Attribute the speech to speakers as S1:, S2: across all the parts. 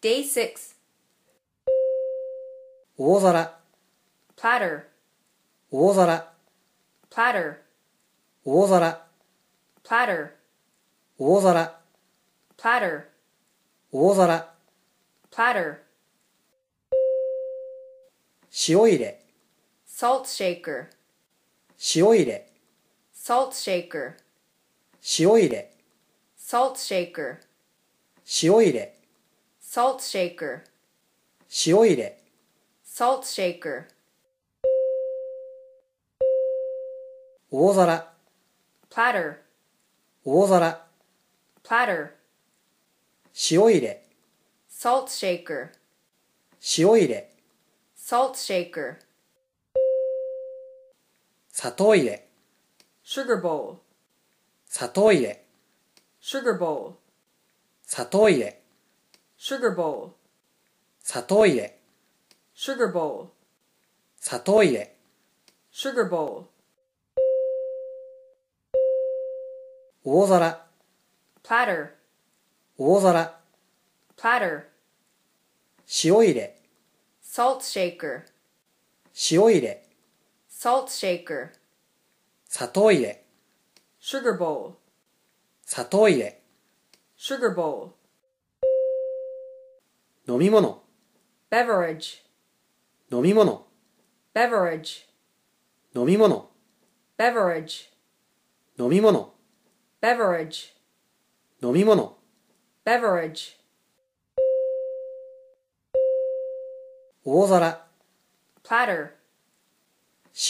S1: Day 6.
S2: 大皿、
S1: Platter.
S2: 大皿、
S1: Platter.
S2: 大皿、
S1: Platter.
S2: 大皿、
S1: Platter.
S2: 大皿、
S1: Platter.
S2: 塩入れ、
S1: Salt shaker.
S2: 塩入れ、
S1: Salt shaker.
S2: 塩入れ、
S1: Salt shaker.
S2: 塩入れ、
S1: Salt shaker.
S2: 塩入れ、
S1: Salt shaker.
S2: 大皿、
S1: Platter.
S2: 大皿、
S1: Platter.
S2: 塩入れ、
S1: Salt shaker.
S2: 塩入れ、
S1: Salt shaker.
S2: 砂糖入れ、
S1: Sugar bowl.
S2: 砂糖入れ、
S1: Sugar bowl.
S2: 砂糖入れ、
S1: Sugar bowl.
S2: 砂糖入れ、
S1: Sugar bowl.
S2: 砂糖入れ、
S1: Sugar bowl.
S2: 大皿、
S1: Platter.
S2: 大皿、
S1: Platter.
S2: 塩入れ、
S1: Salt shaker.
S2: 塩入れ、
S1: Salt shaker.
S2: 砂糖入れ、
S1: Sugar bowl.
S2: 砂糖入れ、
S1: Sugar bowl.
S2: 飲み物、
S1: Beverage.
S2: 飲み物、
S1: Beverage.
S2: 飲み物、
S1: Beverage.
S2: 飲み物、
S1: Beverage.
S2: 飲み物、
S1: Beverage.
S2: 大皿、
S1: Platter.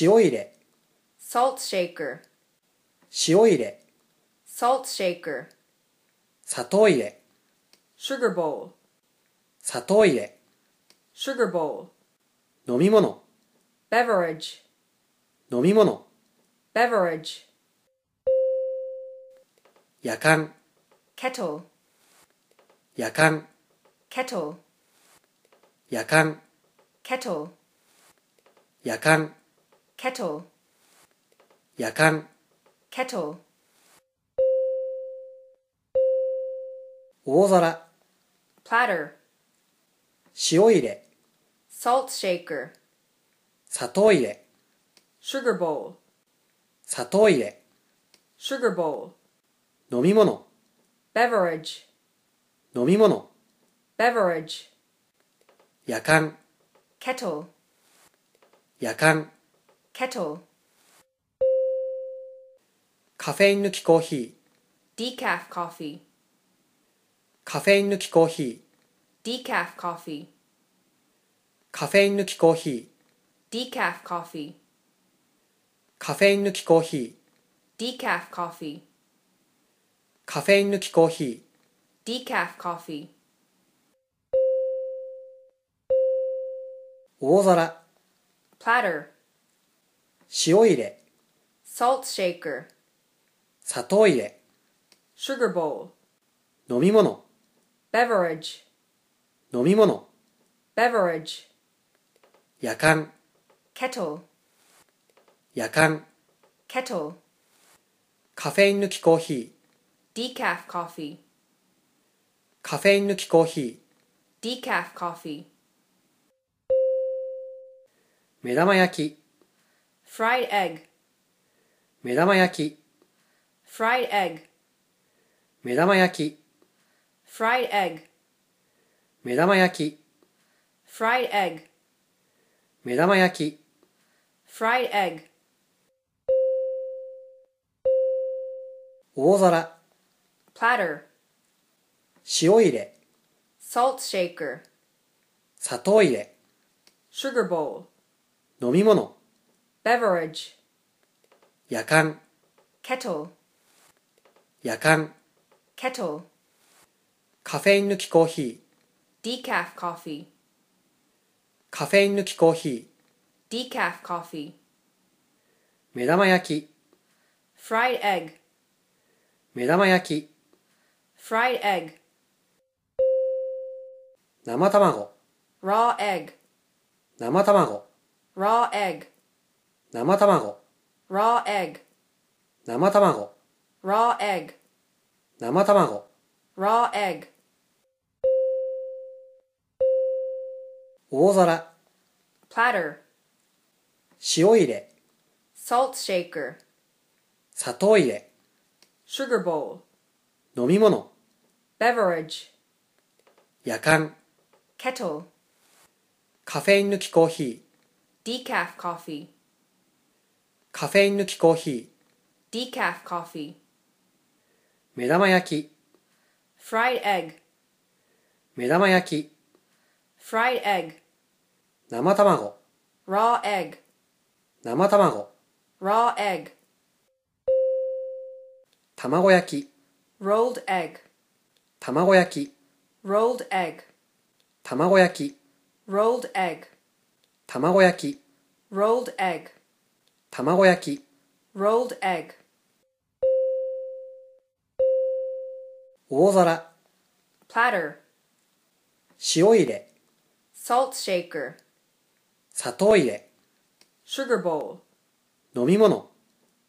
S2: 塩入れ、
S1: Salt shaker.
S2: 塩入れ、
S1: Salt shaker.
S2: 砂糖入れ、
S1: Sugar bowl.
S2: 砂糖入れ、
S1: Sugar bowl.
S2: 飲み物、
S1: Beverage.
S2: 飲み物、
S1: Beverage.
S2: 夜間、
S1: Kettle.
S2: 夜間、
S1: Kettle.
S2: 夜間、
S1: Kettle.
S2: 夜間、
S1: Kettle.
S2: 夜間、
S1: Kettle.
S2: 大皿、
S1: Platter.
S2: 塩入れ、
S1: Salt shaker.
S2: 砂糖入れ、
S1: Sugar bowl.
S2: 砂糖入れ、
S1: Sugar bowl.
S2: 飲み物、
S1: Beverage.
S2: 飲み物、
S1: Beverage.
S2: 夜間、
S1: Kettle.
S2: 夜間、
S1: Kettle.
S2: カフェイン抜きコーヒー、
S1: Decaf coffee.
S2: カフェイン抜きコーヒー、
S1: Decaf coffee.
S2: カフェイン抜きコーヒー、
S1: Decaf coffee.
S2: カフェイン抜きコーヒー、
S1: Decaf coffee.
S2: カフェイン抜きコーヒー、
S1: Decaf coffee.
S2: 大皿、
S1: Platter.
S2: 塩入れ、
S1: Salt shaker.
S2: 砂糖入れ、
S1: Sugar bowl.
S2: 飲み物、
S1: Beverage.
S2: 飲み物、
S1: Beverage.
S2: 夜間、
S1: Kettle.
S2: 夜間、
S1: Kettle.
S2: カフェイン抜きコーヒー、
S1: Decaf coffee.
S2: カフェイン抜きコーヒー、
S1: Decaf coffee.
S2: 目玉焼き、
S1: Fried egg.
S2: 目玉焼き、
S1: Fried egg.
S2: 目玉焼き、
S1: Fried egg.
S2: 目玉焼き、
S1: Fried egg.
S2: 目玉焼き、
S1: Fried egg.
S2: 大皿、
S1: Platter.
S2: 塩入れ、
S1: Salt shaker.
S2: 砂糖入れ、
S1: Sugar bowl.
S2: 飲み物、
S1: Beverage.
S2: 夜間、
S1: Kettle.
S2: 夜間、
S1: Kettle.
S2: カフェイン抜きコーヒー、
S1: Decaf coffee.
S2: カフェイン抜きコーヒー、
S1: Decaf coffee.
S2: 目玉焼き、
S1: Fried egg.
S2: 目玉焼き、
S1: Fried egg.
S2: 生卵、
S1: Raw egg.
S2: 生卵、
S1: Raw egg.
S2: 生卵、
S1: Raw egg.
S2: 生卵、
S1: Raw egg.
S2: 生卵、
S1: Raw egg.
S2: 大皿、
S1: platter,
S2: 塩入れ、
S1: salt shaker,
S2: 砂糖入れ、
S1: sugar bowl,
S2: 飲み物、
S1: beverage,
S2: 夜間、
S1: kettle,
S2: カフェイン抜きコーヒー、
S1: decaf coffee,
S2: カフェイン抜きコーヒ
S1: decaf coffee,
S2: ー、目玉焼き、
S1: fried egg,
S2: 目玉焼き、
S1: fried egg,
S2: 生卵、
S1: raw egg,
S2: 生卵、
S1: raw egg,
S2: 卵焼き、
S1: rolled egg,
S2: 卵焼き、
S1: rolled egg,
S2: 卵焼き、
S1: rolled egg,
S2: 卵焼き、
S1: rolled egg,
S2: 卵焼き、
S1: rolled egg,
S2: 大皿、
S1: platter,
S2: 塩入れ、
S1: salt shaker,
S2: 砂糖入れ、
S1: sugar bowl,
S2: 飲み物、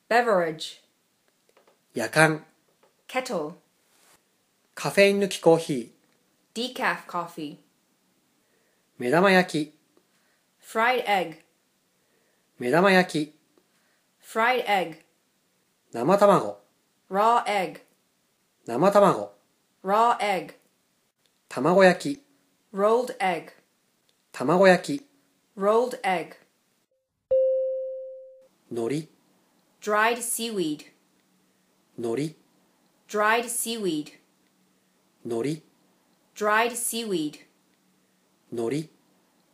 S1: beverage,
S2: 夜間、
S1: kettle,
S2: カフェイン抜きコーヒー、
S1: decaf coffee,
S2: 目玉焼き、
S1: fried egg,
S2: 目玉焼き、
S1: fried egg,
S2: 生卵、
S1: raw egg,
S2: 生卵、
S1: raw egg,
S2: 卵焼き、
S1: rolled egg,
S2: 卵焼き、
S1: rolled egg,
S2: 海苔、
S1: dried seaweed,
S2: 海苔、
S1: dried seaweed,
S2: 海苔、
S1: dried seaweed,
S2: 海苔、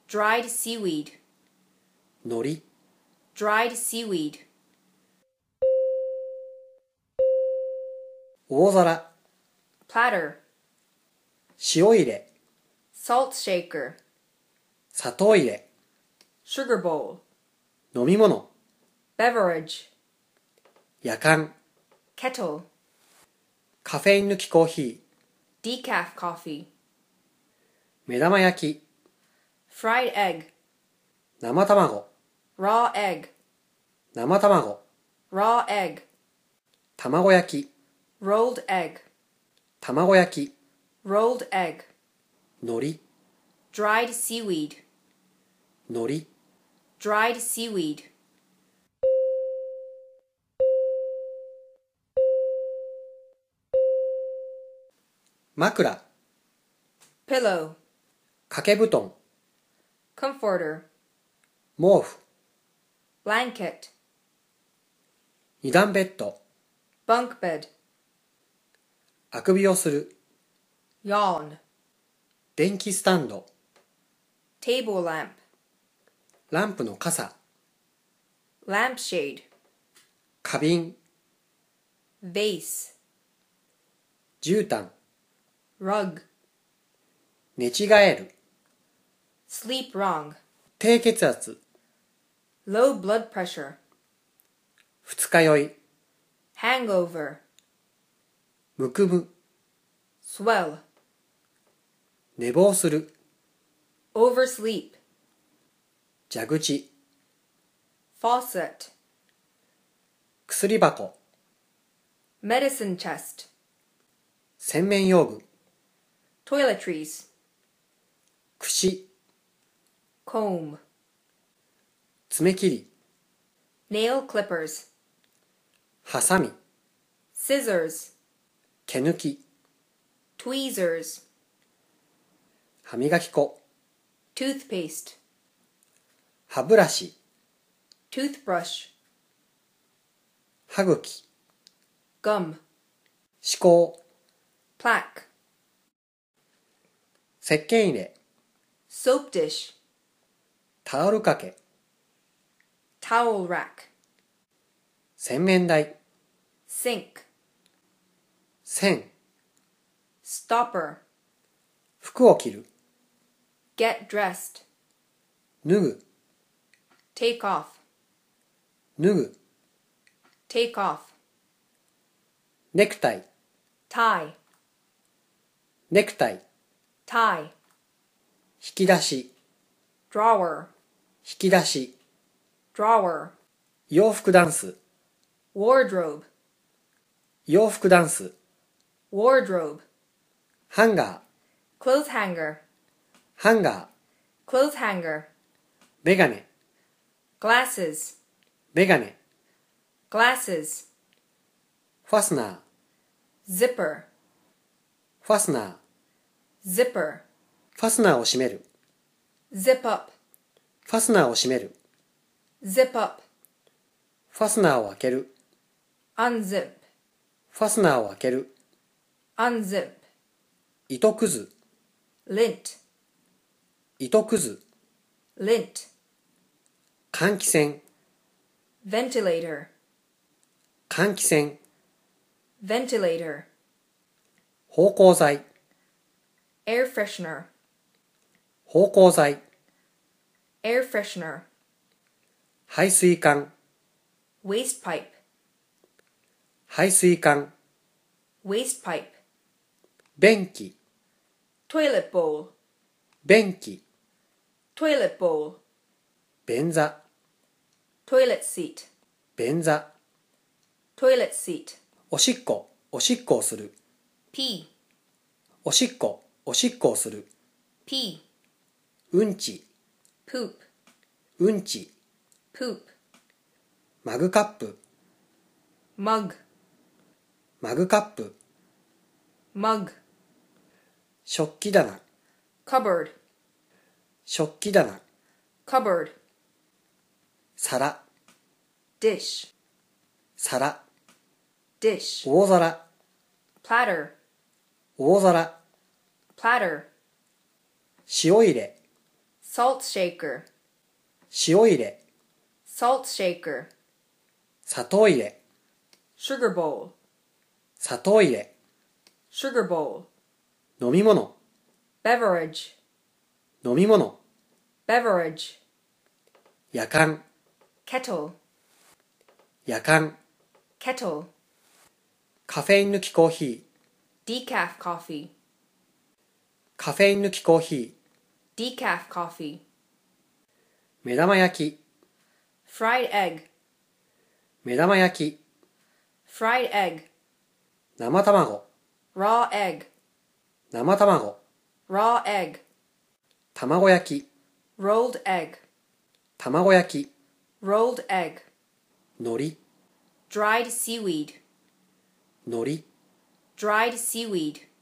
S1: dried seaweed,
S2: 海苔、
S1: dried seaweed,
S2: 大皿、
S1: platter,
S2: 塩入れ、
S1: salt shaker,
S2: 砂糖入れ、
S1: sugar bowl,
S2: 飲み物、
S1: beverage,
S2: 夜間、
S1: kettle,
S2: カフェイン抜きコーヒー、
S1: decaf coffee,
S2: 目玉焼き、
S1: fried egg,
S2: 生卵、
S1: raw egg,
S2: 生卵、
S1: raw egg,
S2: 卵焼き、
S1: rolled egg,
S2: 卵焼き、
S1: rolled egg,
S2: 海苔、
S1: dried seaweed,
S2: 海苔、
S1: dried seaweed,
S2: 枕、
S1: pillow,
S2: 掛け布団、
S1: comforter,
S2: 毛布、
S1: blanket,
S2: 二段ベッド、
S1: bunk bed,
S2: あくびをする、
S1: yawn,
S2: 電気スタンド、
S1: table lamp,
S2: ランプの傘、
S1: lampshade,
S2: 花瓶、
S1: vase,
S2: 絨毯、
S1: rug,
S2: 寝違える、
S1: sleep wrong,
S2: 低血圧、
S1: low blood pressure,
S2: 二日酔い、
S1: hangover,
S2: むくむ、
S1: swell,
S2: 寝坊する、
S1: oversleep,
S2: 蛇口、
S1: faucet,
S2: 薬箱、
S1: medicine chest,
S2: 洗面用具、
S1: toiletries,
S2: くし、
S1: comb,
S2: 爪切り、
S1: nail clippers,
S2: ハサミ、
S1: scissors,
S2: 毛抜き、
S1: tweezers,
S2: 歯磨き粉、
S1: toothpaste,
S2: 歯ブラシ、
S1: toothbrush,
S2: 歯茎、
S1: gum,
S2: 歯垢、
S1: plaque,
S2: 石鹸入れ、
S1: soap dish,
S2: タオル掛け、
S1: towel rack,
S2: 洗面台、
S1: sink,
S2: 線、
S1: stopper,
S2: 服を着る、
S1: get dressed,
S2: 脱ぐ、
S1: take off,
S2: 脱ぐ、
S1: take off,
S2: ネクタイ、
S1: tie,
S2: ネクタイ、
S1: tie,
S2: 引き出し、
S1: drawer,
S2: 引き出し、
S1: drawer,
S2: 洋服ダンス、
S1: wardrobe,
S2: 洋服ダンス、
S1: wardrobe,
S2: ハンガー、
S1: clothes hanger,
S2: ハンガー、
S1: clothes hanger,
S2: メガネ、
S1: glasses,
S2: メガネ、
S1: glasses,
S2: ファスナー、
S1: zipper,
S2: ファスナー、
S1: zipper,
S2: ファスナーを閉める、
S1: zip up,
S2: ファスナーを閉める、
S1: zip up,
S2: ファスナーを開ける、
S1: unzip,
S2: ファスナーを開ける、
S1: unzip,
S2: 糸くず、
S1: lint,
S2: 糸くず、
S1: lint,
S2: 換気扇、
S1: ventilator,
S2: 換気扇、
S1: ventilator,
S2: 芳香剤、
S1: air freshener,
S2: 芳香剤、
S1: air freshener,
S2: 排水管、
S1: waste pipe,
S2: 排水管、
S1: waste pipe,
S2: 便器、
S1: toilet bowl,
S2: 便器、
S1: toilet bowl,
S2: 便座、
S1: toilet seat,
S2: 便座、
S1: toilet seat,
S2: おしっこ、おしっこをする、
S1: pee,
S2: おしっこ、おしっこをする、
S1: pee,
S2: うんち、
S1: poop,
S2: うんち、
S1: poop,
S2: マグカップ、
S1: mug,
S2: マグカップ、
S1: mug,
S2: 食器棚、
S1: cupboard,
S2: 食器棚、
S1: cupboard,
S2: 皿、
S1: dish,
S2: 皿、
S1: dish,
S2: 大皿、
S1: platter,
S2: 大皿、
S1: platter,
S2: 塩入れ、
S1: salt shaker,
S2: 塩入れ、
S1: salt shaker,
S2: 砂糖入れ、
S1: sugar bowl,
S2: 砂糖入れ、
S1: sugar bowl,
S2: 飲み物、
S1: beverage,
S2: 飲み物、
S1: beverage,
S2: 夜間、
S1: kettle,
S2: 夜間、
S1: kettle,
S2: カフェイン抜きコーヒー、
S1: decaf coffee,
S2: カフェイン抜きコーヒー、
S1: decaf coffee,
S2: 目玉焼き、
S1: fried egg,
S2: 目玉焼き、
S1: fried egg,
S2: 生卵、
S1: raw egg,
S2: 生卵、
S1: raw egg,
S2: 卵焼き、
S1: rolled egg,
S2: 卵焼き、
S1: rolled egg,
S2: 海苔、
S1: dried seaweed,
S2: 海苔、
S1: dried seaweed,